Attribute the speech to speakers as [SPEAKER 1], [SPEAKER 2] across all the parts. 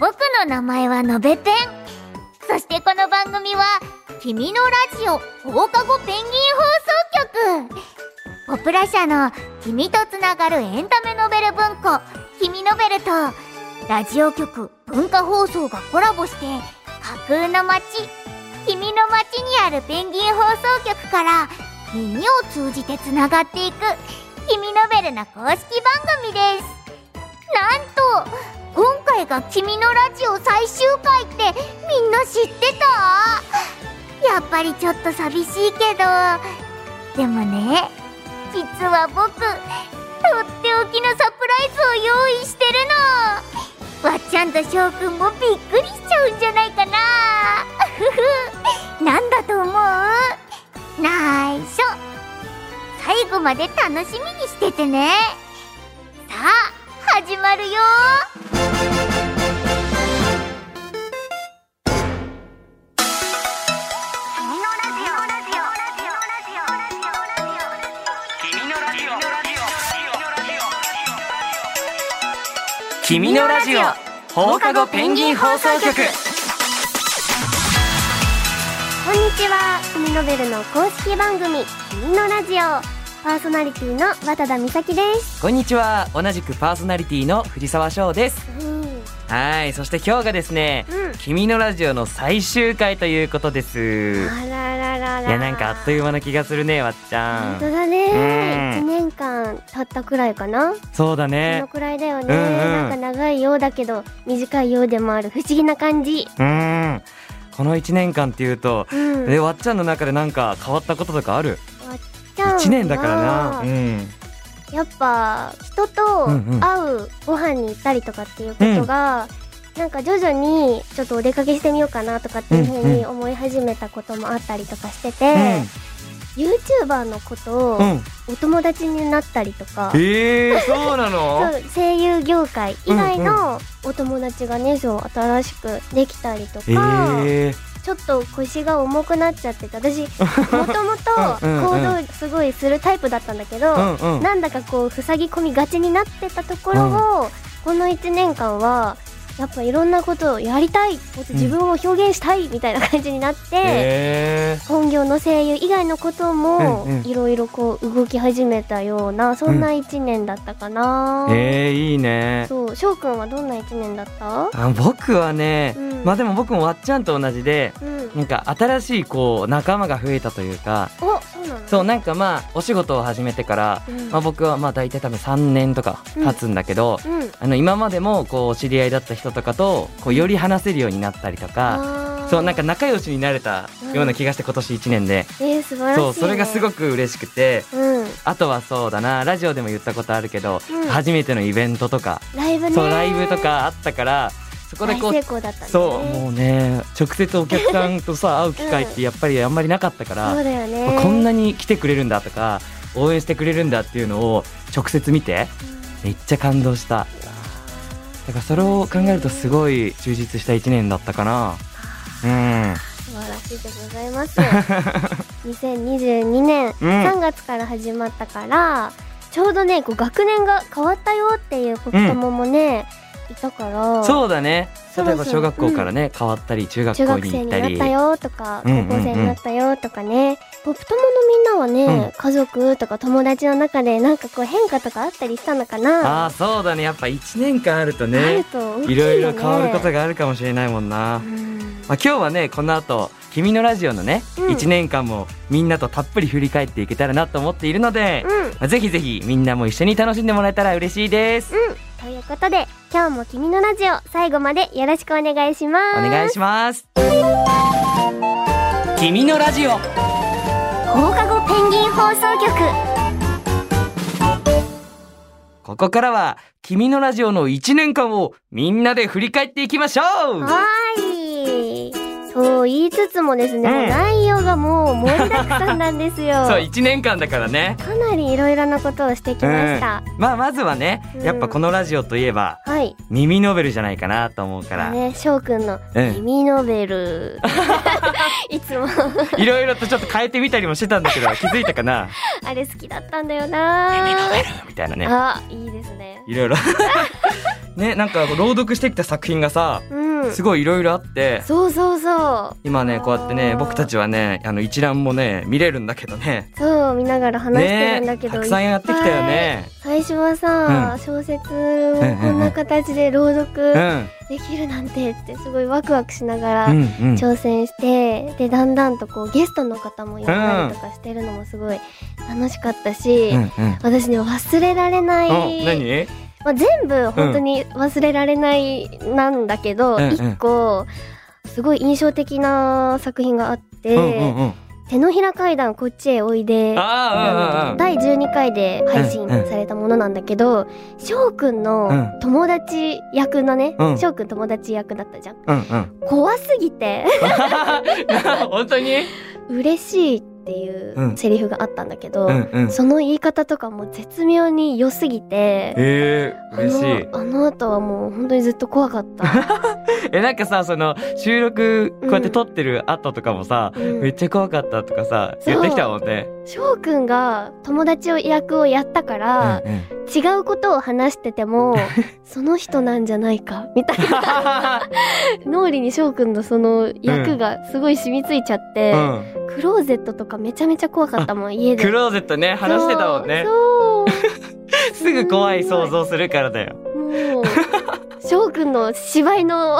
[SPEAKER 1] 僕の名前はのべペンそしてこの番組は「君のラジオ放課後ペンギン放送局」ポプラ社の「君とつながるエンタメノベル文庫」「君ノベル」とラジオ局文化放送がコラボして架空の街「君の街にあるペンギン放送局から耳を通じてつながっていく「君ノベル」の公式番組ですなんと今回が「君のラジオ」最終回ってみんな知ってたやっぱりちょっと寂しいけどでもね実は僕とっておきのサプライズを用意してるのわっちゃんと翔くんもびっくりしちゃうんじゃないかなふふなんだと思うないしょ最後まで楽しみにしててねさあ始まるよ
[SPEAKER 2] 君のラジオ放課後ペンギン放送局
[SPEAKER 3] こんにちは君ノベルの公式番組「君のラジオ」パーソナリティの渡田美咲です
[SPEAKER 2] こんにちは同じくパーソナリティの藤沢翔です
[SPEAKER 3] うん
[SPEAKER 2] はいそして今日がですね、君のラジオの最終回ということです
[SPEAKER 3] あらららら
[SPEAKER 2] いやなんかあっという間な気がするねわっちゃ
[SPEAKER 3] 本当
[SPEAKER 2] ん
[SPEAKER 3] だね
[SPEAKER 2] うん
[SPEAKER 3] 一年間経ったくらいかなこ
[SPEAKER 2] そうだ
[SPEAKER 3] の
[SPEAKER 2] ね
[SPEAKER 3] くらいだよね
[SPEAKER 2] うんうん
[SPEAKER 3] なんか長いようだけど短いようでもある不思議な感じ
[SPEAKER 2] うんこの1年間っていうと
[SPEAKER 3] うん
[SPEAKER 2] でわっちゃんの中でなんか変わったこととかある
[SPEAKER 3] ちゃんは
[SPEAKER 2] 1年だからなうん
[SPEAKER 3] やっぱ人と
[SPEAKER 2] うんうん
[SPEAKER 3] 会うご飯に行ったりとかっていうことが、なんか徐々にちょっとお出かけしてみようかなとかっていうふう
[SPEAKER 2] うんう
[SPEAKER 3] に
[SPEAKER 2] ん
[SPEAKER 3] 思い始めたこともあったりとかして
[SPEAKER 2] う
[SPEAKER 3] て、
[SPEAKER 2] ん
[SPEAKER 3] YouTuber のことを
[SPEAKER 2] うん
[SPEAKER 3] お友達になったりとか、
[SPEAKER 2] えー、そうなの
[SPEAKER 3] そう声優業界以外のお友達がねそう新しくできたりと
[SPEAKER 2] え
[SPEAKER 3] か、
[SPEAKER 2] ー、
[SPEAKER 3] ちょっと腰が重くなっちゃってて私もとも と
[SPEAKER 2] うんうんうん
[SPEAKER 3] 行動すごいするタイプだったんだけど、
[SPEAKER 2] うんうん
[SPEAKER 3] なんだかこう塞ぎ込みがちになってたところを、この1年間はやっぱいろんなことをやりたいもっと自分を表現したいみたいな感じになって、
[SPEAKER 2] え
[SPEAKER 3] 本業の声優以外のことも
[SPEAKER 2] うんうん
[SPEAKER 3] いろいろこう動き始めたようなそんな1年だったかな、
[SPEAKER 2] ー、えー、いいね
[SPEAKER 3] そう翔くんはどんな1年だった
[SPEAKER 2] あ僕はね、
[SPEAKER 3] うん
[SPEAKER 2] まあでも僕もわっちゃんと同じで
[SPEAKER 3] うん
[SPEAKER 2] なんか新しいこう仲間が増えたというか
[SPEAKER 3] おそうなの
[SPEAKER 2] そうなんかまあお仕事を始めてから、
[SPEAKER 3] うん
[SPEAKER 2] まあ、僕はまあ大体多分3年とか経つんだけど、
[SPEAKER 3] うん
[SPEAKER 2] あの今までもこうお知り合いだった人とかとこうより話せるようになったりとか、
[SPEAKER 3] あー
[SPEAKER 2] そうなんか仲良しになれたような気がして今年1年で、
[SPEAKER 3] えー、素晴らしい、ね、
[SPEAKER 2] そうそれがすごく嬉しくて。
[SPEAKER 3] うん
[SPEAKER 2] あとはそうだなラジオでも言ったことあるけど、
[SPEAKER 3] うん
[SPEAKER 2] 初めてのイベントとか、
[SPEAKER 3] ライブね
[SPEAKER 2] そうライブとかあったからそこでこ
[SPEAKER 3] 大
[SPEAKER 2] う
[SPEAKER 3] 成功だったんだね
[SPEAKER 2] そうもうね直接お客さんと さ会う機会ってやっぱりあんまりなかったから、
[SPEAKER 3] そうだよね、
[SPEAKER 2] こんなに来てくれるんだとか応援してくれるんだっていうのを直接見てめっちゃ感動しただからそれを考えるとすごい充実した1年だったかなうん
[SPEAKER 3] 素晴らしいでございます 2022年
[SPEAKER 2] うん
[SPEAKER 3] 3月から始まったから、ちょうどねこう学年が変わったよっていう子供もね、いたから
[SPEAKER 2] そうだね
[SPEAKER 3] そ
[SPEAKER 2] 例
[SPEAKER 3] ろそ
[SPEAKER 2] えば小
[SPEAKER 3] ろ
[SPEAKER 2] 学校からね、変わったり中学
[SPEAKER 3] 中
[SPEAKER 2] 校
[SPEAKER 3] 学
[SPEAKER 2] に
[SPEAKER 3] 生
[SPEAKER 2] 行
[SPEAKER 3] に
[SPEAKER 2] った
[SPEAKER 3] なっ
[SPEAKER 2] り
[SPEAKER 3] たよとか
[SPEAKER 2] う
[SPEAKER 3] 高
[SPEAKER 2] んうんうん
[SPEAKER 3] 校生になったよとかね、ポップ友のみんなはね、
[SPEAKER 2] うん
[SPEAKER 3] 家族とか友達の中でなんかこう変化とかあったりしたのかな
[SPEAKER 2] ああそうだねやっぱ1年間あると
[SPEAKER 3] ある
[SPEAKER 2] ね
[SPEAKER 3] と大きいよね
[SPEAKER 2] いろいろ変わることがあるかもしれないもんな、
[SPEAKER 3] うん
[SPEAKER 2] まあ、今日はねこの後君のラジオのね、
[SPEAKER 3] うん
[SPEAKER 2] 1年間もみんなとたっぷり振り返っていけたらなと思っているので、
[SPEAKER 3] うん
[SPEAKER 2] まあぜひぜひみんなも一緒に楽しんでもらえたら嬉しいです、
[SPEAKER 3] ということで今日も「君のラジオ」最後までよろしくお願いします
[SPEAKER 2] お願いします君のラジオ
[SPEAKER 1] 放課後ペンギン放送局
[SPEAKER 2] ここからは君のラジオの1年間をみんなで振り返っていきましょう
[SPEAKER 3] はーい。と言いつつもですね、
[SPEAKER 2] うん
[SPEAKER 3] 内容がもう盛りだくさんなんですよ。
[SPEAKER 2] そう1年間だからね
[SPEAKER 3] かなりいろいろなことをしてきました。
[SPEAKER 2] うんまあまずはね
[SPEAKER 3] うん
[SPEAKER 2] やっぱこのラジオといえば
[SPEAKER 3] はい。
[SPEAKER 2] 耳ノベルじゃないかなと思うから、
[SPEAKER 3] ね、翔くんの
[SPEAKER 2] うん
[SPEAKER 3] 耳ノベ ル。いつも
[SPEAKER 2] いろいろとちょっと変えてみたりもしてたんだけど 気づいたかな
[SPEAKER 3] あれ好きだったんだよな。
[SPEAKER 2] みたいなね
[SPEAKER 3] あ、いいですね。
[SPEAKER 2] いろいろ ねなんか朗読してきた作品がさ
[SPEAKER 3] うん
[SPEAKER 2] すごいいろいろあって
[SPEAKER 3] そうそうそう
[SPEAKER 2] 今ねこうやって
[SPEAKER 3] あ
[SPEAKER 2] ね
[SPEAKER 3] ー
[SPEAKER 2] 僕たちはねあの一覧もね見れるんだけどね
[SPEAKER 3] そう見ながら話してるんだ
[SPEAKER 2] ね
[SPEAKER 3] けど、
[SPEAKER 2] たくさんやってきたよね
[SPEAKER 3] 最初はさ、
[SPEAKER 2] うん
[SPEAKER 3] 小説をこんな形で朗
[SPEAKER 2] う
[SPEAKER 3] 読
[SPEAKER 2] ん
[SPEAKER 3] できるなんてってすごいワクワクしなが
[SPEAKER 2] う
[SPEAKER 3] ら
[SPEAKER 2] んうん
[SPEAKER 3] 挑戦して、でだんだんとこうゲストの方も呼んだりとかしてるのもすごい楽しかったし、
[SPEAKER 2] うんうん
[SPEAKER 3] 私ね忘れられない、
[SPEAKER 2] お何
[SPEAKER 3] まあ、全部本当に忘れられないなんだけど、
[SPEAKER 2] うん
[SPEAKER 3] 一個すごい印象的な作品があって「
[SPEAKER 2] うんうんうん
[SPEAKER 3] 手のひら階段こっちへおいで」
[SPEAKER 2] あー
[SPEAKER 3] 第12回で配信されたものなんだけど、翔くんの友達役のね
[SPEAKER 2] う、ん
[SPEAKER 3] 翔くん友達役だったじゃん。
[SPEAKER 2] うんうんうん
[SPEAKER 3] 怖すぎて、
[SPEAKER 2] うん本当に
[SPEAKER 3] 嬉しいっていうセリフがあったんだけど、
[SPEAKER 2] うんうん
[SPEAKER 3] その言い方とかも絶妙に良すぎて、
[SPEAKER 2] えー、嬉しい
[SPEAKER 3] あのあの後はもう本当にずっと怖 かった。
[SPEAKER 2] えなんかさその収録こうやって撮ってる後とかもさ、
[SPEAKER 3] うん
[SPEAKER 2] めっちゃ怖かったとかさ
[SPEAKER 3] そう
[SPEAKER 2] 言ってきたもんね。
[SPEAKER 3] 翔くんが友達を役をやったから、
[SPEAKER 2] うんうん
[SPEAKER 3] 違うことを話して ても、その人なんじゃないか、みたいな。脳裏に翔くんのその役がすごい染みついちゃって、
[SPEAKER 2] うん
[SPEAKER 3] クローゼットとかめちゃめちゃ怖かったもん家で
[SPEAKER 2] クローゼットね話してたもんね
[SPEAKER 3] そう
[SPEAKER 2] すぐ怖い想像するからだよ。
[SPEAKER 3] そうもう翔くんの芝 居の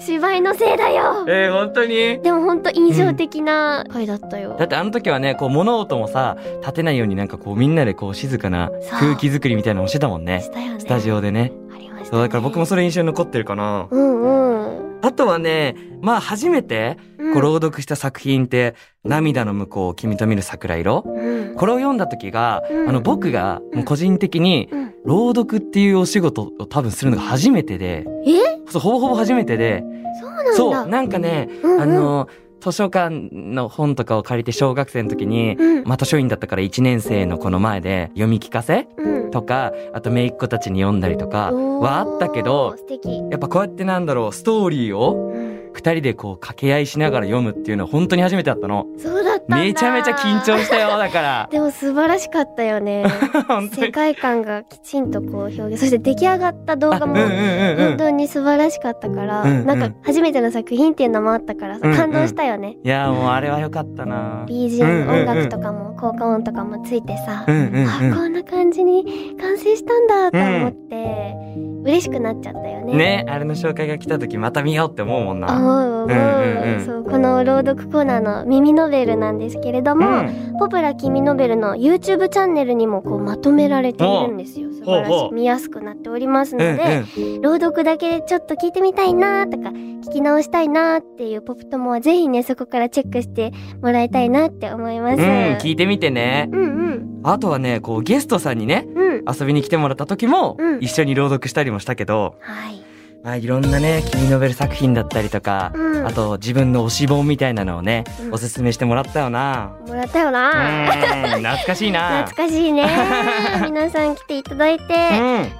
[SPEAKER 3] 芝居のせいだよ
[SPEAKER 2] えー、本当に
[SPEAKER 3] でもほんと印象的な回だったよ、
[SPEAKER 2] だってあの時はねこう物音もさ立てないようになんかこうみんなでこう静かな
[SPEAKER 3] そう
[SPEAKER 2] 空気作りみたいなのをしてたもんね
[SPEAKER 3] したよね
[SPEAKER 2] スタジオでね
[SPEAKER 3] ありました、ね、
[SPEAKER 2] そうだから僕もそれ印象に残ってるかな
[SPEAKER 3] うんうん
[SPEAKER 2] あとはねまあ初めて
[SPEAKER 3] うん
[SPEAKER 2] こう朗読した作品って「涙の向こう君と見る桜色」
[SPEAKER 3] うん
[SPEAKER 2] これを読んだ時が、
[SPEAKER 3] うん
[SPEAKER 2] あの僕がもう個人的に
[SPEAKER 3] うん
[SPEAKER 2] 朗読っていうお仕事を多分するのが初めてで、
[SPEAKER 3] え
[SPEAKER 2] そうほぼほぼ初めてで、
[SPEAKER 3] そうなんだ
[SPEAKER 2] そうなんかね、
[SPEAKER 3] うんうん
[SPEAKER 2] あの図書館の本とかを借りて小学生の時に、
[SPEAKER 3] うん
[SPEAKER 2] まあ図書院だったから1年生の子の前で読み聞かせ
[SPEAKER 3] うん
[SPEAKER 2] とかあと姪っ子たちに読んだりとか
[SPEAKER 3] おー
[SPEAKER 2] はあったけど
[SPEAKER 3] 素敵、
[SPEAKER 2] やっぱこうやってなんだろうストーリーを
[SPEAKER 3] うん、
[SPEAKER 2] 2人でこう掛け合いしながら読むっていうのは本当に初めてだったの。
[SPEAKER 3] そうだったんだ
[SPEAKER 2] めちゃめちゃ緊張したよだから
[SPEAKER 3] でも素晴らしかったよ ね
[SPEAKER 2] 本当
[SPEAKER 3] 世
[SPEAKER 2] に
[SPEAKER 3] 界観がきちんとこう表現そして出来上がった動
[SPEAKER 2] あ
[SPEAKER 3] 画
[SPEAKER 2] うん
[SPEAKER 3] も
[SPEAKER 2] うんうんうん
[SPEAKER 3] 本当に素晴らしかったから、
[SPEAKER 2] うんうん
[SPEAKER 3] なんか初めての作品っていうのもあったからさ、
[SPEAKER 2] うんうん
[SPEAKER 3] 感動したよね
[SPEAKER 2] いやーもうあれは良かったな。
[SPEAKER 3] BGM、
[SPEAKER 2] うんうんうん
[SPEAKER 3] 音楽とかも効果音とかもついてさ、
[SPEAKER 2] うんうん
[SPEAKER 3] あ
[SPEAKER 2] う
[SPEAKER 3] こんな感じに完成したんだと思って、嬉しくなっちゃったよね
[SPEAKER 2] ん。ねあれの紹介が来た時また見ようって思うもん
[SPEAKER 3] 思
[SPEAKER 2] な。
[SPEAKER 3] う思う、
[SPEAKER 2] うんうんうん
[SPEAKER 3] そうこの朗読コーナーの「耳ノベル」なんですけれど
[SPEAKER 2] う
[SPEAKER 3] も、
[SPEAKER 2] ん、
[SPEAKER 3] ポプラ君ノベルの YouTube チャンネルにもこうまとめられているんですよ素晴らし
[SPEAKER 2] ほうほ
[SPEAKER 3] いう見やすくなっておりますの
[SPEAKER 2] うん
[SPEAKER 3] で、朗読だけでちょっと聞いてみたいなとか聞き直したいなっていうポプ友はぜひねそこからチェックしてもらいたいなって思います、
[SPEAKER 2] うん、うん、聞いてみてね。
[SPEAKER 3] うんうん
[SPEAKER 2] あとはねこうゲストさんにね
[SPEAKER 3] うん
[SPEAKER 2] 遊びに来てもらった時も
[SPEAKER 3] うん
[SPEAKER 2] 一緒に朗読したりもしたけど、
[SPEAKER 3] はい
[SPEAKER 2] まあいろんなね君ノベル作品だったりとか、
[SPEAKER 3] うん
[SPEAKER 2] あと自分の推し本みたいなのをね、
[SPEAKER 3] うん
[SPEAKER 2] おすすめしてもらったよな。
[SPEAKER 3] もらったよ
[SPEAKER 2] う、
[SPEAKER 3] なん
[SPEAKER 2] 懐かしいな。
[SPEAKER 3] 懐かしいね皆さん来ていただいて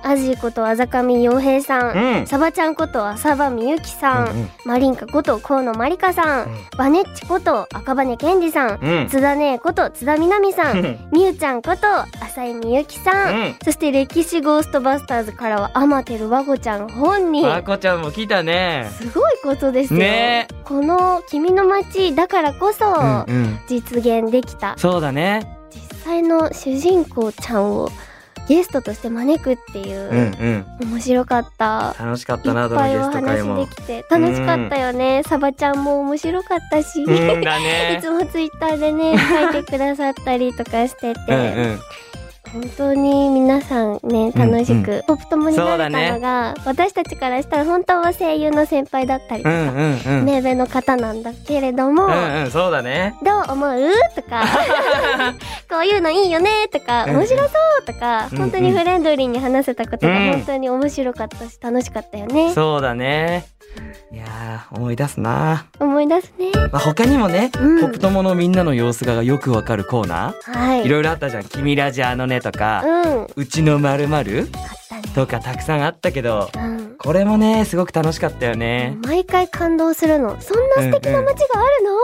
[SPEAKER 3] アジことあざかみ洋平さ、
[SPEAKER 2] うんん、うん。
[SPEAKER 3] サバちゃんこと浅場みゆきさん、
[SPEAKER 2] うんうん
[SPEAKER 3] マリンカこと河野まりかさん、
[SPEAKER 2] うん
[SPEAKER 3] バネッチこと赤羽健二さん、
[SPEAKER 2] うん
[SPEAKER 3] 津田姉こと津田みなみさ、
[SPEAKER 2] うんん
[SPEAKER 3] みゆちゃんこと浅井みゆきさん、
[SPEAKER 2] うん
[SPEAKER 3] そして歴史ゴーストバスターズからはアマテルワゴちゃん本人
[SPEAKER 2] あこちゃんも来たね。
[SPEAKER 3] すごいことですよ、
[SPEAKER 2] ね
[SPEAKER 3] この君の街だからこそ、
[SPEAKER 2] うんうん
[SPEAKER 3] 実現できた
[SPEAKER 2] そうだね。
[SPEAKER 3] 実際の主人公ちゃんをゲストとして招くっていうう、
[SPEAKER 2] ん。
[SPEAKER 3] 面白かった
[SPEAKER 2] 楽しかっ
[SPEAKER 3] い
[SPEAKER 2] たな、
[SPEAKER 3] っ
[SPEAKER 2] どの
[SPEAKER 3] ぱい
[SPEAKER 2] ゲ
[SPEAKER 3] お
[SPEAKER 2] スト会
[SPEAKER 3] 話
[SPEAKER 2] も
[SPEAKER 3] で。きて楽しかったよね、サバちゃんも面白かったし、
[SPEAKER 2] うんだ
[SPEAKER 3] い
[SPEAKER 2] ね
[SPEAKER 3] つ。もツイッターでね書いてくださったりとかしてて、
[SPEAKER 2] うん
[SPEAKER 3] 本当に皆さんね楽しく、ポップ友になれた
[SPEAKER 2] そ
[SPEAKER 3] の
[SPEAKER 2] う
[SPEAKER 3] が、私たちからしたら本当は声優の先輩だったり
[SPEAKER 2] う
[SPEAKER 3] と
[SPEAKER 2] ん。うん
[SPEAKER 3] か、
[SPEAKER 2] うんうん。
[SPEAKER 3] 目上の方なんだけれども、
[SPEAKER 2] うんうん、そうだね。
[SPEAKER 3] どう思うと かこういうのいいよねとか
[SPEAKER 2] うん
[SPEAKER 3] 面白そうとか、
[SPEAKER 2] うん
[SPEAKER 3] 本当にフレンドリーに話せたことが
[SPEAKER 2] うん
[SPEAKER 3] 本当に面白かったし楽しかったよね、
[SPEAKER 2] そうだね。いやー、思い出すな。
[SPEAKER 3] 思い出すね
[SPEAKER 2] まあ、他にもね、
[SPEAKER 3] うん
[SPEAKER 2] ポップ友のみんなの様子がよくわかるコーナ
[SPEAKER 3] は
[SPEAKER 2] ー。
[SPEAKER 3] い
[SPEAKER 2] いろいろあったじゃん。君ラジあのねと
[SPEAKER 3] う
[SPEAKER 2] か、
[SPEAKER 3] んあっ
[SPEAKER 2] うちのまるまる
[SPEAKER 3] たね
[SPEAKER 2] とかたくさんあったけど、
[SPEAKER 3] うん
[SPEAKER 2] これもね、すごく楽しかったよね。
[SPEAKER 3] 毎回感動するのそんな素敵な街が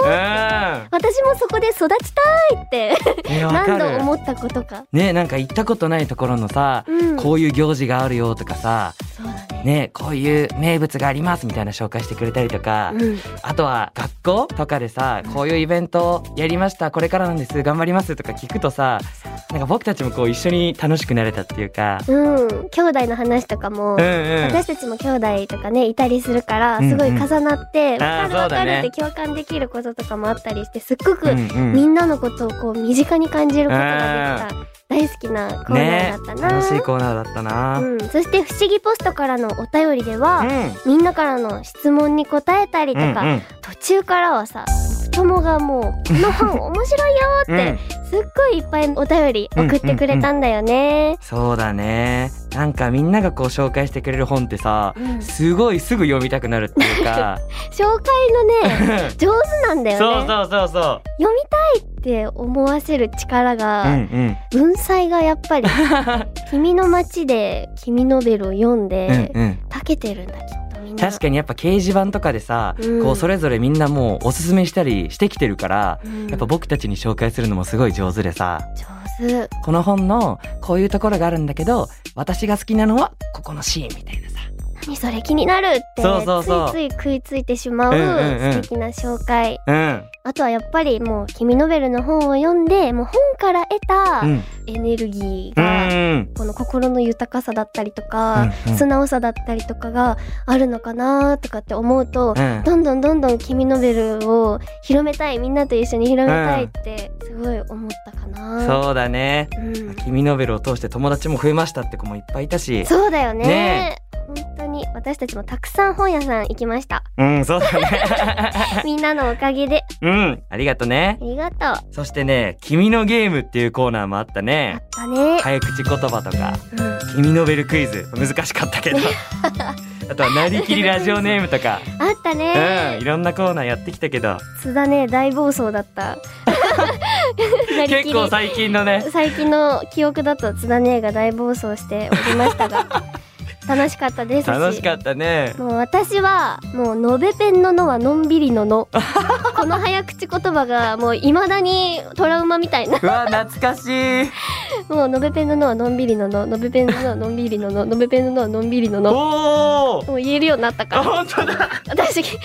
[SPEAKER 3] あるの、
[SPEAKER 2] うん。ね、
[SPEAKER 3] 私もそこで育ちたいって
[SPEAKER 2] わか
[SPEAKER 3] 何度
[SPEAKER 2] る。
[SPEAKER 3] 思ったことか
[SPEAKER 2] ね、なんか行ったことないところのさ、
[SPEAKER 3] うん
[SPEAKER 2] こういう行事があるよとかさ、
[SPEAKER 3] そうだ
[SPEAKER 2] ね、こういう名物がありますみたいな紹介してくれたりとか、
[SPEAKER 3] うん
[SPEAKER 2] あとは学校とかでさ、こういうイベントやりました、これからなんです、頑張りますとか聞くとさ、なんか僕たちもこう一緒に楽しくなれたっていうか、
[SPEAKER 3] うん、兄弟の話とかも、
[SPEAKER 2] うんうん。
[SPEAKER 3] 私たちも兄弟とかねいたりするから
[SPEAKER 2] うんうん
[SPEAKER 3] すごい重なって「わ、
[SPEAKER 2] あー
[SPEAKER 3] かるわ
[SPEAKER 2] そ
[SPEAKER 3] か
[SPEAKER 2] う
[SPEAKER 3] る
[SPEAKER 2] だ」
[SPEAKER 3] っ
[SPEAKER 2] ね
[SPEAKER 3] て共感できることとかもあったりしてすっごく、
[SPEAKER 2] うんうん
[SPEAKER 3] みんなのことをこう身近に感じることができた大好きなコーナーだった
[SPEAKER 2] ね、
[SPEAKER 3] な、
[SPEAKER 2] 楽しいコーナーだったな。うん。
[SPEAKER 3] うん、そして「不思議ポスト」からのお便りでは、みんなからの質問に答えたりとか、
[SPEAKER 2] うんうん
[SPEAKER 3] 途中からはさ太もがもう「この本面白いよ」ってすっごいいっぱいお便り送ってくれたんだよね。
[SPEAKER 2] そうだね。なんかみんながこう紹介してくれる本ってさ、
[SPEAKER 3] うん
[SPEAKER 2] すごいすぐ読みたくなるっていうか。
[SPEAKER 3] 紹介のね上手 なんだよね
[SPEAKER 2] そうそうそうそう。
[SPEAKER 3] 読みたいって思わせる力
[SPEAKER 2] うんう
[SPEAKER 3] が、
[SPEAKER 2] ん。
[SPEAKER 3] 文才がやっ ぱり「君の街」で「君ノベル」を読ん
[SPEAKER 2] うん
[SPEAKER 3] で、
[SPEAKER 2] うん。
[SPEAKER 3] 長けてるんだきっとみんな。
[SPEAKER 2] 確かにやっぱ掲示板とかでさ、
[SPEAKER 3] うん
[SPEAKER 2] こうそれぞれみんなもうおすすめしたりしてきてるから、
[SPEAKER 3] うん
[SPEAKER 2] やっぱ僕たちに紹介するのもすごい上手でさ、
[SPEAKER 3] 上手
[SPEAKER 2] この本のこういうところがあるんだけど、私が好きなのはここのシーンみたいなさ。
[SPEAKER 3] 何それ気になるって
[SPEAKER 2] そうそうそう
[SPEAKER 3] ついつい食いついてしまう
[SPEAKER 2] うんうんうん
[SPEAKER 3] 素敵な紹介、
[SPEAKER 2] うん。
[SPEAKER 3] あとはやっぱりもう「君ノベル」の本を読んでもう本から得た
[SPEAKER 2] うん。
[SPEAKER 3] エネルギー
[SPEAKER 2] う
[SPEAKER 3] が、
[SPEAKER 2] ん。
[SPEAKER 3] この心の豊かさだったりとか、
[SPEAKER 2] うんうん
[SPEAKER 3] 素直さだったりとかがあるのかなとかって思うと、
[SPEAKER 2] うん
[SPEAKER 3] どんどんどんどん君ノベルを広めたいみんなと一緒に広めたいってすごい思ったかな。
[SPEAKER 2] そうだね。
[SPEAKER 3] うん
[SPEAKER 2] 君ノベルを通して友達も増えましたって子もいっぱいいたし。
[SPEAKER 3] そうだよね
[SPEAKER 2] ね
[SPEAKER 3] 本当に私たちもたくさん本屋さん行きました
[SPEAKER 2] うん、そうだね。
[SPEAKER 3] みんなのおかげで
[SPEAKER 2] うん、 ありがとね
[SPEAKER 3] あ。りがとうあ
[SPEAKER 2] そしてね、君のゲームっていうコーナーもあったね
[SPEAKER 3] っ。たね、
[SPEAKER 2] 早口言葉とか、
[SPEAKER 3] うん
[SPEAKER 2] 君ノベルクイズ、難しかったけど。 あとは、なりきりラジオネームとか、
[SPEAKER 3] あった
[SPEAKER 2] うん、い
[SPEAKER 3] ね
[SPEAKER 2] ろんなコーナーやってきたけど、
[SPEAKER 3] 津田ね大暴走だったなりきり
[SPEAKER 2] 結構最近の ね、
[SPEAKER 3] 最近の記憶だと津田姉が大暴走しておりまし たが楽しかったですし
[SPEAKER 2] 楽しかったね。
[SPEAKER 3] もう私はもうのべペンののはのんびりののこの早口言葉がもういまだにトラウマみたいな
[SPEAKER 2] うわ、懐かしい。
[SPEAKER 3] もうのべペンののはのんびりのののべペンののはのんびりのののべペンののはのんびりのの
[SPEAKER 2] おー
[SPEAKER 3] もう言えるようになった
[SPEAKER 2] あ、
[SPEAKER 3] から
[SPEAKER 2] 本当だ。
[SPEAKER 3] 私携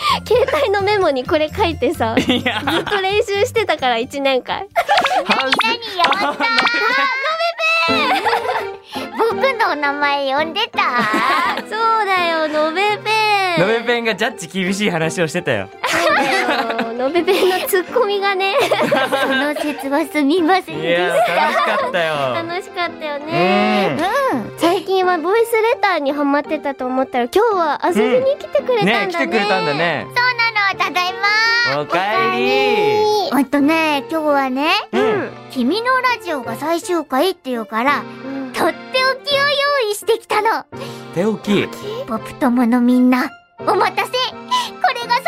[SPEAKER 3] 帯のメモにこれ書いてさず
[SPEAKER 2] い や、
[SPEAKER 3] っと練習してたから1年間
[SPEAKER 2] 反省
[SPEAKER 1] 何やった 僕のお名前呼んで た
[SPEAKER 3] そうだよのべペン
[SPEAKER 2] のべペンがジャッジ厳しい話をしてたよ。
[SPEAKER 3] あののべべのツッコミがね
[SPEAKER 1] その説はすみません
[SPEAKER 2] い
[SPEAKER 1] で
[SPEAKER 2] や、楽しかったよ。
[SPEAKER 3] 楽しかったよ
[SPEAKER 2] うん
[SPEAKER 3] ね最近はボイスレターにハマってたと思ったら今日は遊びに来てくれたんだね,、
[SPEAKER 2] ね来てくれたんだね。
[SPEAKER 1] そうなのただいま
[SPEAKER 2] おかえり。
[SPEAKER 1] あとね今日はね
[SPEAKER 2] うん。
[SPEAKER 1] 「君のラジオ」が最終回っていうから
[SPEAKER 3] うん
[SPEAKER 1] とっておきを用意してきたの
[SPEAKER 2] 手大きい。
[SPEAKER 1] ポプ友のみんなお待たせこれがサプ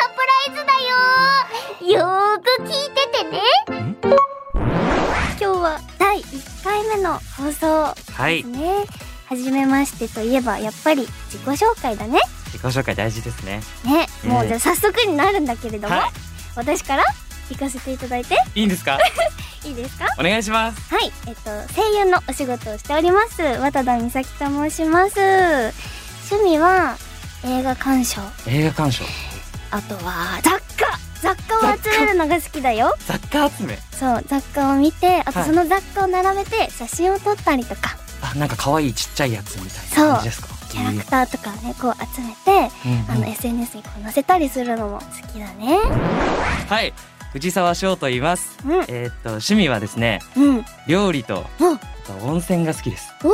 [SPEAKER 1] ライズだよよーく聞いててね
[SPEAKER 3] 今日は
[SPEAKER 1] 第1回目の
[SPEAKER 3] 放送
[SPEAKER 2] はい。
[SPEAKER 3] ね初めましてといえばやっぱり自己紹介だね
[SPEAKER 2] 自己紹介大事ですね。
[SPEAKER 3] ねもう
[SPEAKER 2] ええ
[SPEAKER 3] じゃあ早速になるんだけれども、
[SPEAKER 2] は
[SPEAKER 3] 私から行かせていただいて
[SPEAKER 2] い。いいんですか
[SPEAKER 3] いいですか
[SPEAKER 2] お願いします。
[SPEAKER 3] はい、えっと、声優のお仕事をしております。渡田美咲と申します。趣味は映画鑑賞。
[SPEAKER 2] 映画鑑賞。
[SPEAKER 3] あとは雑貨雑貨を集めるのが好きだよ。
[SPEAKER 2] 雑貨集め。
[SPEAKER 3] そう、雑貨を見て、あと
[SPEAKER 2] はい
[SPEAKER 3] その雑貨を並べて写真を撮ったりとか、
[SPEAKER 2] あ、なんか可愛いちっちゃいやつみたい
[SPEAKER 3] そう
[SPEAKER 2] な感じですか
[SPEAKER 3] キャラクターとかをね、こう集めて、
[SPEAKER 2] うんうん
[SPEAKER 3] あの SNS にこう載せたりするのも好きだね。
[SPEAKER 2] はい。藤沢翔と言います。
[SPEAKER 3] うん
[SPEAKER 2] えーっと、趣味はですね、
[SPEAKER 3] うん。わ
[SPEAKER 2] 料理と、
[SPEAKER 3] うん
[SPEAKER 2] あと温泉が好きです。ち
[SPEAKER 3] ー
[SPEAKER 2] ょっ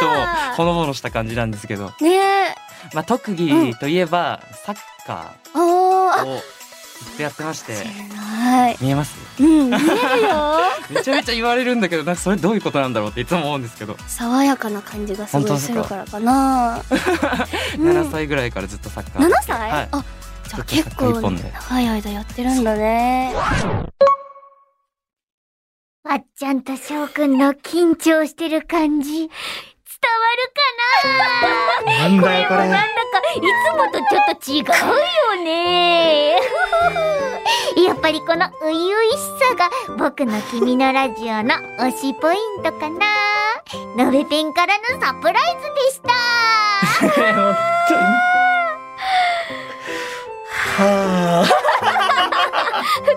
[SPEAKER 2] と、ほのぼのした感じなんですけど。
[SPEAKER 3] ねえ。
[SPEAKER 2] まあ、特技といえば、サッカ
[SPEAKER 3] おー、
[SPEAKER 2] ー
[SPEAKER 3] あ、
[SPEAKER 2] をずっとやってまして、
[SPEAKER 3] 知らない。
[SPEAKER 2] 見えます
[SPEAKER 3] うん、見えるよ。
[SPEAKER 2] めちゃめちゃ言われるんだけど、なんかそれどういうことなんだろうっていつも思うんですけど、
[SPEAKER 3] 爽やかな感じがす
[SPEAKER 2] 本
[SPEAKER 3] ご
[SPEAKER 2] 当
[SPEAKER 3] い
[SPEAKER 2] です
[SPEAKER 3] す
[SPEAKER 2] か
[SPEAKER 3] るからかな。
[SPEAKER 2] 7歳ぐらいからずっとサッカー。
[SPEAKER 3] 7歳、
[SPEAKER 2] はい
[SPEAKER 3] あじゃ
[SPEAKER 2] ちょ
[SPEAKER 3] あ
[SPEAKER 2] っとサ
[SPEAKER 3] 結
[SPEAKER 2] ッカー
[SPEAKER 3] 構
[SPEAKER 2] 一本で
[SPEAKER 3] 長い間やってるんだね
[SPEAKER 1] わっちゃんと翔くんの緊張してる感じ、伝わるかな
[SPEAKER 2] なんだよこ
[SPEAKER 1] これもなんだ
[SPEAKER 2] れ。
[SPEAKER 1] か、いつもとちょっと違うよね やっぱりこの初々しさが僕の君のラジオの推しポイントかなのべペンからのサプライズでした
[SPEAKER 2] 本当に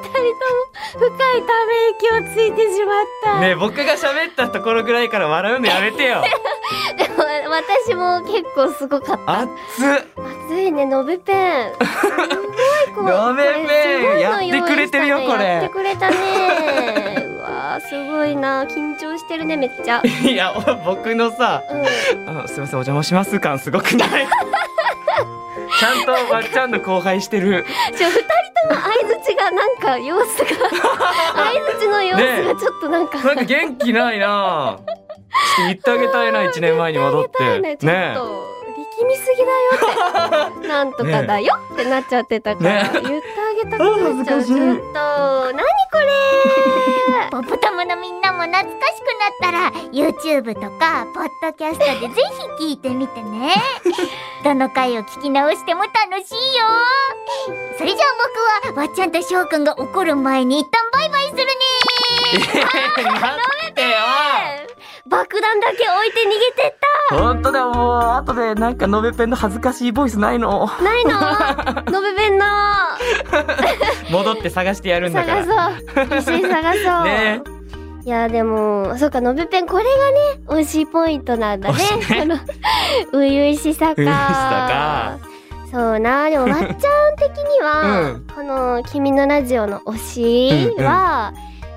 [SPEAKER 2] は
[SPEAKER 3] 深いため息をついてしまった、
[SPEAKER 2] あ ねえ僕が喋ったところぐらいから笑うのやめて よ
[SPEAKER 3] でも私も結構すごかった
[SPEAKER 2] 熱っ
[SPEAKER 3] 熱いねのべペ ンすごいこう
[SPEAKER 2] のべペン
[SPEAKER 3] これすごいの用意
[SPEAKER 2] やってくれてるよ
[SPEAKER 3] したね
[SPEAKER 2] これ
[SPEAKER 3] やってくれたねうわーすごいな緊張してるねめっちゃ、
[SPEAKER 2] いや僕のさ
[SPEAKER 3] うん、
[SPEAKER 2] あのすいませんお邪魔します感すごくない ちゃんとわっちゃんの後輩してる
[SPEAKER 3] ちょ二人とも相槌がなんか様子が 相槌の様子がちょっとなんか、
[SPEAKER 2] なんか元気ないなちょっと言ってあげたいな1年前に戻っ
[SPEAKER 3] 痛
[SPEAKER 2] て
[SPEAKER 3] いねちょっと、力みすぎだ よってなんとかだよってなっちゃってたから、
[SPEAKER 2] ね
[SPEAKER 3] 言ってあげたくなっちゃう
[SPEAKER 2] 恥ず
[SPEAKER 3] ち
[SPEAKER 2] かしい
[SPEAKER 3] ょっと何これ
[SPEAKER 1] ポッポタマのみんなも懐かしくなったら YouTube とかポッドキャストでぜひ聞いてみてねどの回を聞き直しても楽しいよそれじゃあ僕はわっちゃんとしょうくんが怒る前に一旦バイバイするね
[SPEAKER 2] えー待ってよ
[SPEAKER 3] 爆弾だけ置いて逃げてっ
[SPEAKER 2] 本当だもう後でなんかのべペンの恥ずかしいボイスないの
[SPEAKER 3] たない ののべべんの
[SPEAKER 2] 戻って探してやるんだから
[SPEAKER 3] 探そう一緒に探そう、
[SPEAKER 2] ね
[SPEAKER 3] いやでもそうかのべぺんこれがね美味しいポイントなんだね
[SPEAKER 2] 美味しい
[SPEAKER 3] の初々しさ
[SPEAKER 2] 初
[SPEAKER 3] か
[SPEAKER 2] 々しさ
[SPEAKER 3] そうなでもわっちゃん的には、
[SPEAKER 2] うん
[SPEAKER 3] この「君のラジオ」の推しは、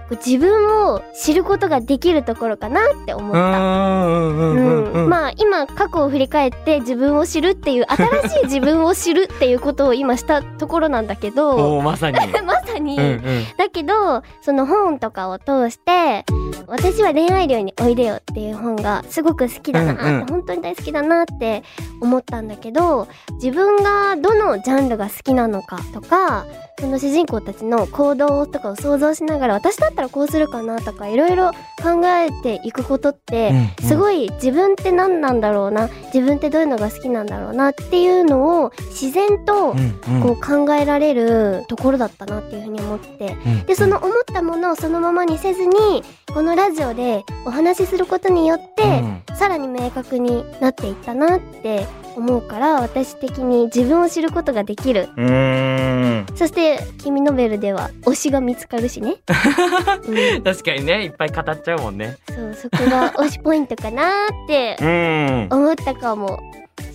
[SPEAKER 3] こう自分を知ることができるところかなって思っ
[SPEAKER 2] う
[SPEAKER 3] た。
[SPEAKER 2] んうんうんうん
[SPEAKER 3] う、
[SPEAKER 2] うんん
[SPEAKER 3] まあ今過去を振り返って自分を知るっていう新しい自分を知るっていうことを今したところなんだけど
[SPEAKER 2] おーまさに
[SPEAKER 3] まさに、
[SPEAKER 2] うんうん
[SPEAKER 3] だけどその本とかを通して「私は恋愛寮においでよ」っていう本がすごく好きだなって、
[SPEAKER 2] うんうん
[SPEAKER 3] 本当に大好きだなって思ったんだけど自分がどのジャンルが好きなのかとかその主人公たちの行動とかを想像しながら私だったらこうするかなとかいろいろ考えていくことって、
[SPEAKER 2] うん
[SPEAKER 3] すごい自分って何なんだろうな自分ってどういうのが好きなんだろうなっていうのを自然と、
[SPEAKER 2] うんうん
[SPEAKER 3] こう考えられるところだったなっていうふうに思って
[SPEAKER 2] うん
[SPEAKER 3] でその思ったものをそのままにせずにこのラジオでお話しすることによって、
[SPEAKER 2] うん
[SPEAKER 3] さらに明確になっていったなって思うから私的に自分を知ることができる
[SPEAKER 2] うーん
[SPEAKER 3] そして「君ノベル」では推しが見つかる しね、うん、
[SPEAKER 2] 確かにねいっぱい語っちゃうもんね
[SPEAKER 3] そうそこが推しポイントかなって
[SPEAKER 2] うん
[SPEAKER 3] 思ったかも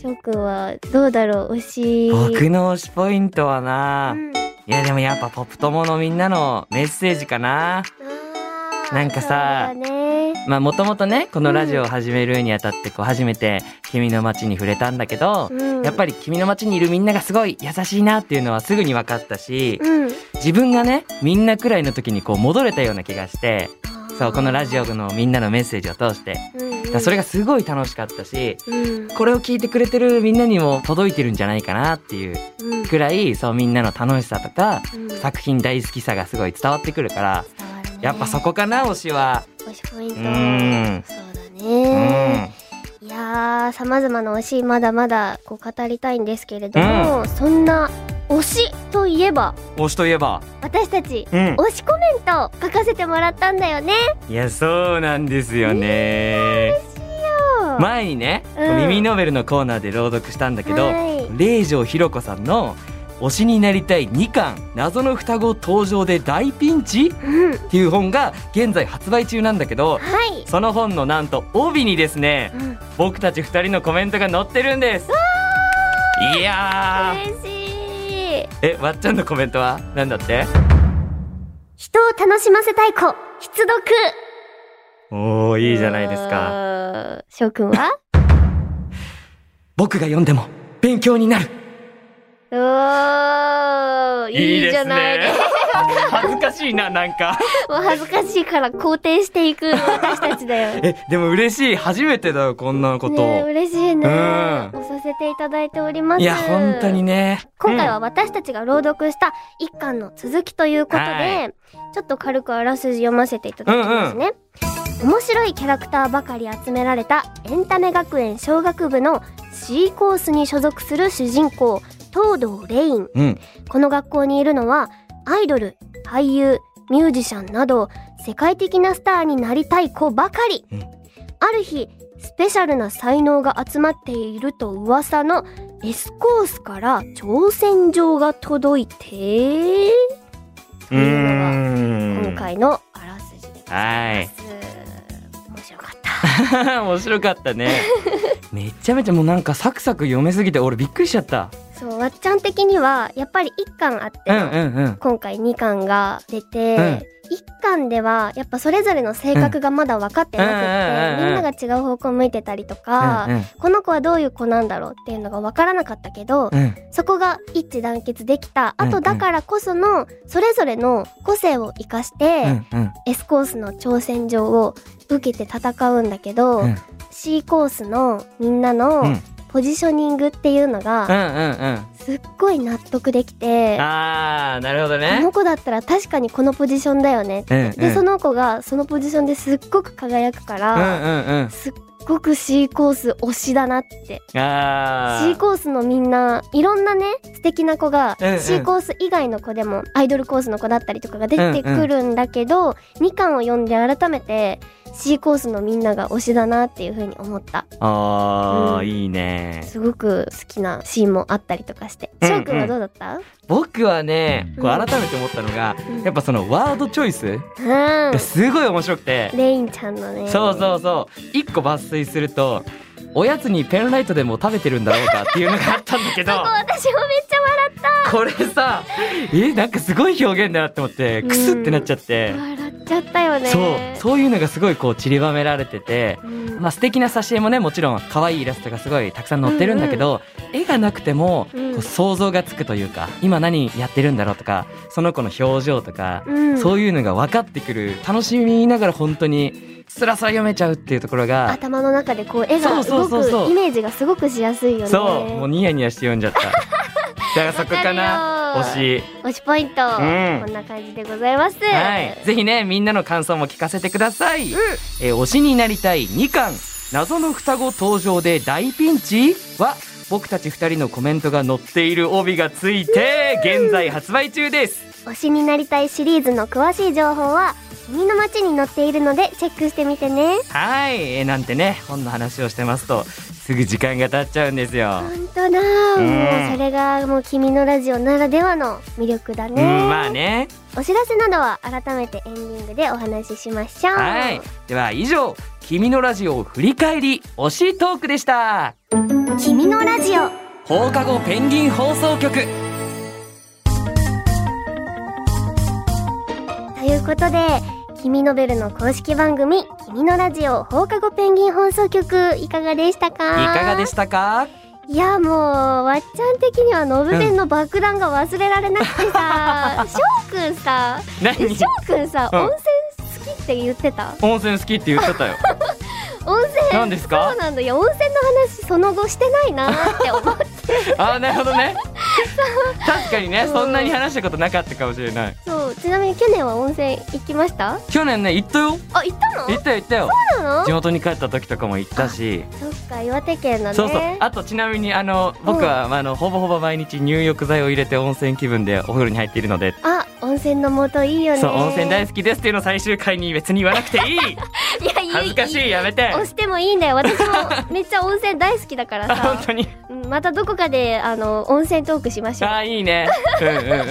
[SPEAKER 3] 翔くんはどうだろう推し
[SPEAKER 2] 僕の推しポイントはな、
[SPEAKER 3] うん
[SPEAKER 2] いやでもやっぱポップ友のみんなのメッセージかな
[SPEAKER 3] あー
[SPEAKER 2] なんかさ
[SPEAKER 3] そうだね
[SPEAKER 2] まあもともとねこのラジオを始めるにあたってこう初めて君の街に触れたんだけど、
[SPEAKER 3] うん
[SPEAKER 2] やっぱり君の街にいるみんながすごい優しいなっていうのはすぐに分かったし、
[SPEAKER 3] うん、
[SPEAKER 2] 自分がねみんなくらいの時にこう戻れたような気がしてそうこのラジオのみんなのメッセージを通してだ
[SPEAKER 3] うんうん、
[SPEAKER 2] からそれがすごい楽しかったし
[SPEAKER 3] うん
[SPEAKER 2] これを聞いてくれてるみんなにも届いてるんじゃないかなっていう
[SPEAKER 3] うん
[SPEAKER 2] くらいそうみんなの楽しさとか
[SPEAKER 3] うん
[SPEAKER 2] 作品大好きさがすごい伝わってくるから
[SPEAKER 3] 伝わるね
[SPEAKER 2] やっぱそこかな推しは。
[SPEAKER 3] 推しポイントそううんだ
[SPEAKER 2] う
[SPEAKER 3] ね
[SPEAKER 2] ん
[SPEAKER 3] いやーさまざまな推しまだまだこう語りたいんですけれども、そんな推しといえば
[SPEAKER 2] 推しといえば、
[SPEAKER 3] 私たち
[SPEAKER 2] うん、
[SPEAKER 3] 推しコメント書かせてもらったんだよね
[SPEAKER 2] いやそうなんですよね前にね、
[SPEAKER 3] うん
[SPEAKER 2] 耳ノベルのコーナーで朗読したんだけど
[SPEAKER 3] はい
[SPEAKER 2] 零条ひろ子さんの「推しになりたい2巻謎の双子登場で大ピンチ?」
[SPEAKER 3] うんは
[SPEAKER 2] っていう本が現在発売中なんだけど
[SPEAKER 3] い、
[SPEAKER 2] その本のなんと帯にですね
[SPEAKER 3] うん、
[SPEAKER 2] 僕たち2人のコメントが載ってるんですいやー
[SPEAKER 3] 嬉しい
[SPEAKER 2] えわっちゃんのコメントは何だって
[SPEAKER 3] 人を楽しませたい子必読
[SPEAKER 2] おーいいじゃないですか
[SPEAKER 3] か翔くんは
[SPEAKER 2] 僕が読んでも勉強になる
[SPEAKER 3] うおーいいじゃないですか
[SPEAKER 2] 恥ずかしいななんか
[SPEAKER 3] もう恥ずかしいから肯定していく私たちだ よ。
[SPEAKER 2] えでも嬉しい初めてだよこんなこと、
[SPEAKER 3] ねえ、嬉しいね。
[SPEAKER 2] うん
[SPEAKER 3] 押させていただいております。
[SPEAKER 2] いや本当に。ね
[SPEAKER 3] 今回は私たちが朗読した一巻の続きということで、
[SPEAKER 2] は
[SPEAKER 3] ちょっと軽くあらすじ読ませていただきますね。面白いキャラクターばかり集められたエンタメ学園小学部の C コースに所属する主人公東堂レイン
[SPEAKER 2] うん、うん
[SPEAKER 3] この学校にいるのはアイドル俳優ミュージシャンなど世界的なスターになりたい子ばかり、
[SPEAKER 2] うん
[SPEAKER 3] ある日スペシャルな才能が集まっていると噂の S コースから挑戦状が届いて
[SPEAKER 2] うーん
[SPEAKER 3] 今回のあらすじでございます、
[SPEAKER 2] はい
[SPEAKER 3] 面白かっ た
[SPEAKER 2] 面白かった ねめちゃめちゃもうなんかサクサク読めすぎて俺びっくりしちゃった
[SPEAKER 3] そうわっちゃん的にはやっぱり1巻あって、
[SPEAKER 2] うんうんうん
[SPEAKER 3] 今回2巻が出て、
[SPEAKER 2] うん
[SPEAKER 3] 一1巻ではやっぱそれぞれの性格がまだ分かってなくって、
[SPEAKER 2] うん
[SPEAKER 3] みんなが違う方向向いてたりとか、
[SPEAKER 2] うん
[SPEAKER 3] この子はどういう子なんだろうっていうのが分からなかったけど、
[SPEAKER 2] うんうん
[SPEAKER 3] そこが一致団結できたあ
[SPEAKER 2] うんう
[SPEAKER 3] と
[SPEAKER 2] ん
[SPEAKER 3] だからこそのそれぞれの個性を生かして、
[SPEAKER 2] うん
[SPEAKER 3] S コースの挑戦状を受けて戦うんだけど、
[SPEAKER 2] うん
[SPEAKER 3] C コースのみんな
[SPEAKER 2] うんうんう
[SPEAKER 3] の
[SPEAKER 2] ん
[SPEAKER 3] ポジショニングっていうの
[SPEAKER 2] う
[SPEAKER 3] が
[SPEAKER 2] んうん
[SPEAKER 3] すっごい納得できて、
[SPEAKER 2] ああなるほど
[SPEAKER 3] こ
[SPEAKER 2] ね
[SPEAKER 3] の子だったら確かにこのポジションだよね、
[SPEAKER 2] うんうん
[SPEAKER 3] でその子がそのポジションですっごく輝くか
[SPEAKER 2] うんう
[SPEAKER 3] ら、
[SPEAKER 2] んうん
[SPEAKER 3] すっごく C コース推しだなって
[SPEAKER 2] あ
[SPEAKER 3] C コースのみんないろんなね素敵な子が
[SPEAKER 2] うんうん
[SPEAKER 3] C コース以外の子でもアイドルコースの子だったりとかが出てくるんだけど2巻を読んで改めて C コースのみんなが推しだなっていう風に思った
[SPEAKER 2] ーあー
[SPEAKER 3] うん
[SPEAKER 2] いいね
[SPEAKER 3] すごく好きなシーンもあったりとかして
[SPEAKER 2] うんうん
[SPEAKER 3] 翔くんはどうだった
[SPEAKER 2] 僕はねこう
[SPEAKER 3] うん
[SPEAKER 2] 改めて思ったのが
[SPEAKER 3] うん
[SPEAKER 2] やっぱそのワードチョイス
[SPEAKER 3] う
[SPEAKER 2] がすごい面白くて
[SPEAKER 3] んレインちゃんのね
[SPEAKER 2] そうそうそう一個抜粋するとおやつにペンライトでも食べてるんだろうかっていうのがあったんだけど
[SPEAKER 3] 私もめっちゃ
[SPEAKER 2] これさえなんかすごい表現だなって思って
[SPEAKER 3] うん
[SPEAKER 2] クスってなっちゃって、
[SPEAKER 3] 笑っちゃったよね
[SPEAKER 2] そうそういうのがすごいこう散りばめられてて、
[SPEAKER 3] うん
[SPEAKER 2] まあ素敵な挿絵もねもちろん可愛いイラストがすごいたくさん載ってるんだけど、絵がなくても
[SPEAKER 3] うん
[SPEAKER 2] こう想像がつくというか今何やってるんだろうとかその子の表情とか、
[SPEAKER 3] うん
[SPEAKER 2] そういうのが分かってくる楽しみながら本当に辛さを読めちゃうっていうところが
[SPEAKER 3] 頭の中でこう絵が
[SPEAKER 2] そう
[SPEAKER 3] 動
[SPEAKER 2] そうそうそう
[SPEAKER 3] くイメージがすごくしやすいよね
[SPEAKER 2] そうもうニヤニヤして読んじゃった だからそこかな
[SPEAKER 3] わかるよ
[SPEAKER 2] 推し
[SPEAKER 3] 推しポイント、
[SPEAKER 2] ん
[SPEAKER 3] こんな感じでございます。
[SPEAKER 2] はいぜひねみんなの感想も聞かせてください、えー推しになりたい2巻謎の双子登場で大ピンチは僕たち2人のコメントが載っている帯がついて現在発売中です
[SPEAKER 3] 推しになりたいシリーズの詳しい情報は君の街に載っているのでチェックしてみてね。
[SPEAKER 2] はい、えーなんてね本の話をしてますとすぐ時間が経っちゃうんですよ
[SPEAKER 3] 本当だ、
[SPEAKER 2] ん
[SPEAKER 3] もうそれがもう君のラジオならではの魅力だ
[SPEAKER 2] う
[SPEAKER 3] ね。
[SPEAKER 2] んまあね
[SPEAKER 3] お知らせなどは改めてエンディングでお話ししましょう。
[SPEAKER 2] はいでは以上「君のラジオ振り返り推しトーク」でした
[SPEAKER 3] 君のラジオ。
[SPEAKER 2] 放課後ペンギン放送局
[SPEAKER 3] ということで、君のベルの公式番組、君のラジオ放課後ペンギン放送局、いかがでした
[SPEAKER 2] い
[SPEAKER 3] か
[SPEAKER 2] かがでしたか
[SPEAKER 3] いやもうわっちゃん的にはノブペンの爆弾が忘れられなくてさ 翔くんさえ
[SPEAKER 2] 何
[SPEAKER 3] 翔くんさ
[SPEAKER 2] うん
[SPEAKER 3] 温泉好きって言ってた
[SPEAKER 2] 温泉好きって言って たよ
[SPEAKER 3] 温泉
[SPEAKER 2] 何ですか
[SPEAKER 3] そうなんだいや温泉の話その後してないなーって 思って
[SPEAKER 2] あーなるほどね確かにね
[SPEAKER 3] うん
[SPEAKER 2] そんなに話したことなかったかもしれない
[SPEAKER 3] そうちなみに去年は温泉行きました
[SPEAKER 2] 去年ね行ったよ
[SPEAKER 3] あ行ったの
[SPEAKER 2] 行ったよ行ったよ
[SPEAKER 3] そうなの
[SPEAKER 2] 地元に帰った時とかも行ったし
[SPEAKER 3] そっか岩手県だね
[SPEAKER 2] そうそうあとちなみにあの僕は、まあ、あのほぼほぼ毎日入浴剤を入れて温泉気分でお風呂に入っているので
[SPEAKER 3] あ温泉の元いいよね
[SPEAKER 2] そう温泉大
[SPEAKER 3] 好
[SPEAKER 2] 好きですっていうのを最終回に別に言わなくて いい
[SPEAKER 3] きいやいい
[SPEAKER 2] 恥ずかしいやめて
[SPEAKER 3] 押してもいいんだよ私もめっちゃ温泉大好きだから
[SPEAKER 2] あ
[SPEAKER 3] さ
[SPEAKER 2] 本当に
[SPEAKER 3] うんまたどこかであの温泉トークしましょう
[SPEAKER 2] あーいいねうんうんうん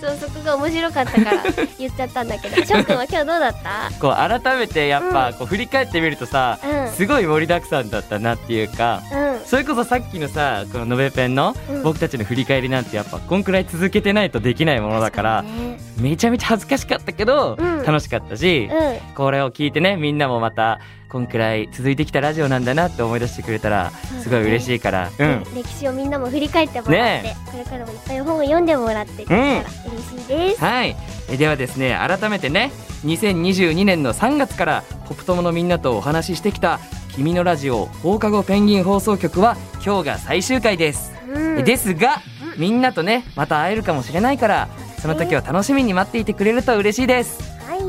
[SPEAKER 3] そうそこが面白かったから 言っちゃったんだけど翔くんは今日どうだった
[SPEAKER 2] こう改めてやっぱこう振り返ってみるとさ、
[SPEAKER 3] うん
[SPEAKER 2] すごい盛りだくさんだったなっていうか
[SPEAKER 3] うん
[SPEAKER 2] それこそさっきのさこの延べペンの
[SPEAKER 3] うん
[SPEAKER 2] 僕たちの振り返りなんてやっぱこんくらい続けてないとできないものだから
[SPEAKER 3] 確にね
[SPEAKER 2] めちゃめちゃ恥ずかしかったけど、
[SPEAKER 3] うん
[SPEAKER 2] 楽しかったし、これを聞いてねみんなもまたこんくらい続いてきたラジオなんだなって思い出してくれたら
[SPEAKER 3] そうだね
[SPEAKER 2] すごい嬉しいから、う
[SPEAKER 3] うんん、歴史をみんなも振り返ってもらって、
[SPEAKER 2] ね
[SPEAKER 3] これからもいっぱい本を読んでもらってできたら嬉しいです、
[SPEAKER 2] はい、えではですね改めてね2022年の3月からポップ友のみんなとお話ししてきた「君のラジオ放課後ペンギン放送局」は今日が最終回です、
[SPEAKER 3] うん、
[SPEAKER 2] ですがみんなとねまた会えるかもしれないからその時を楽しみに待っていてくれると嬉しいです
[SPEAKER 3] はい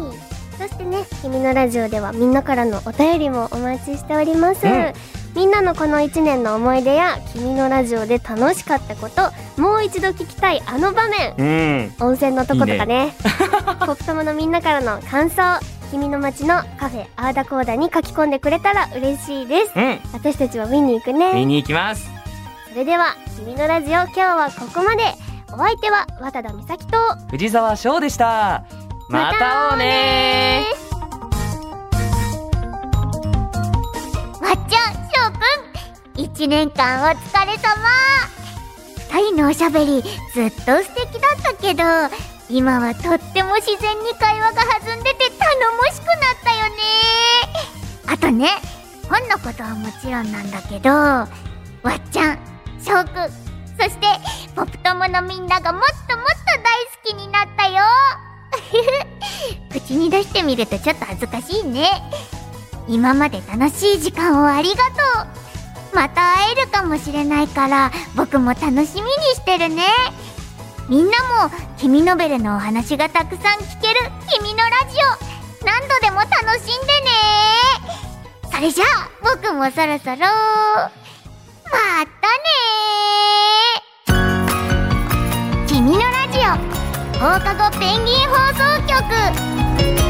[SPEAKER 3] そしてね「君のラジオ」ではみんなからのお便りもお待ちしております、
[SPEAKER 2] うん
[SPEAKER 3] みんなのこの1年の思い出や「君のラジオ」で楽しかったこともう一度聞きたいあの場面
[SPEAKER 2] うん
[SPEAKER 3] 温泉のとことか
[SPEAKER 2] いい
[SPEAKER 3] ねポップ友のみんなからの感想君の街のカフェアーダコーダに書き込んでくれたら嬉しいです
[SPEAKER 2] うん
[SPEAKER 3] 私たちは見に行く
[SPEAKER 2] 見
[SPEAKER 3] ね
[SPEAKER 2] に行きます
[SPEAKER 3] それでは君のラジオ今日はここまでお相手は渡田美咲と
[SPEAKER 2] 藤沢翔でしたまた会おうね
[SPEAKER 1] わっちゃん、しょうくん一年間お疲れ様二人のおしゃべりずっと素敵だったけど今はとっても自然に会話が弾んでて頼もしくなったよねあとね本のことはもちろんなんだけどわっちゃん、しょうくんそしてポプトモのみんながもっともっと大好きになったよ口に出してみるとちょっと恥ずかしいね今まで楽しい時間をありがとうまた会えるかもしれないから僕も楽しみにしてるねみんなも「君ノベル」のお話がたくさん聞ける「君のラジオ」何度でも楽しんでねそれじゃあ僕もそろそろまたね君のラジオ放課後ペンギン放送局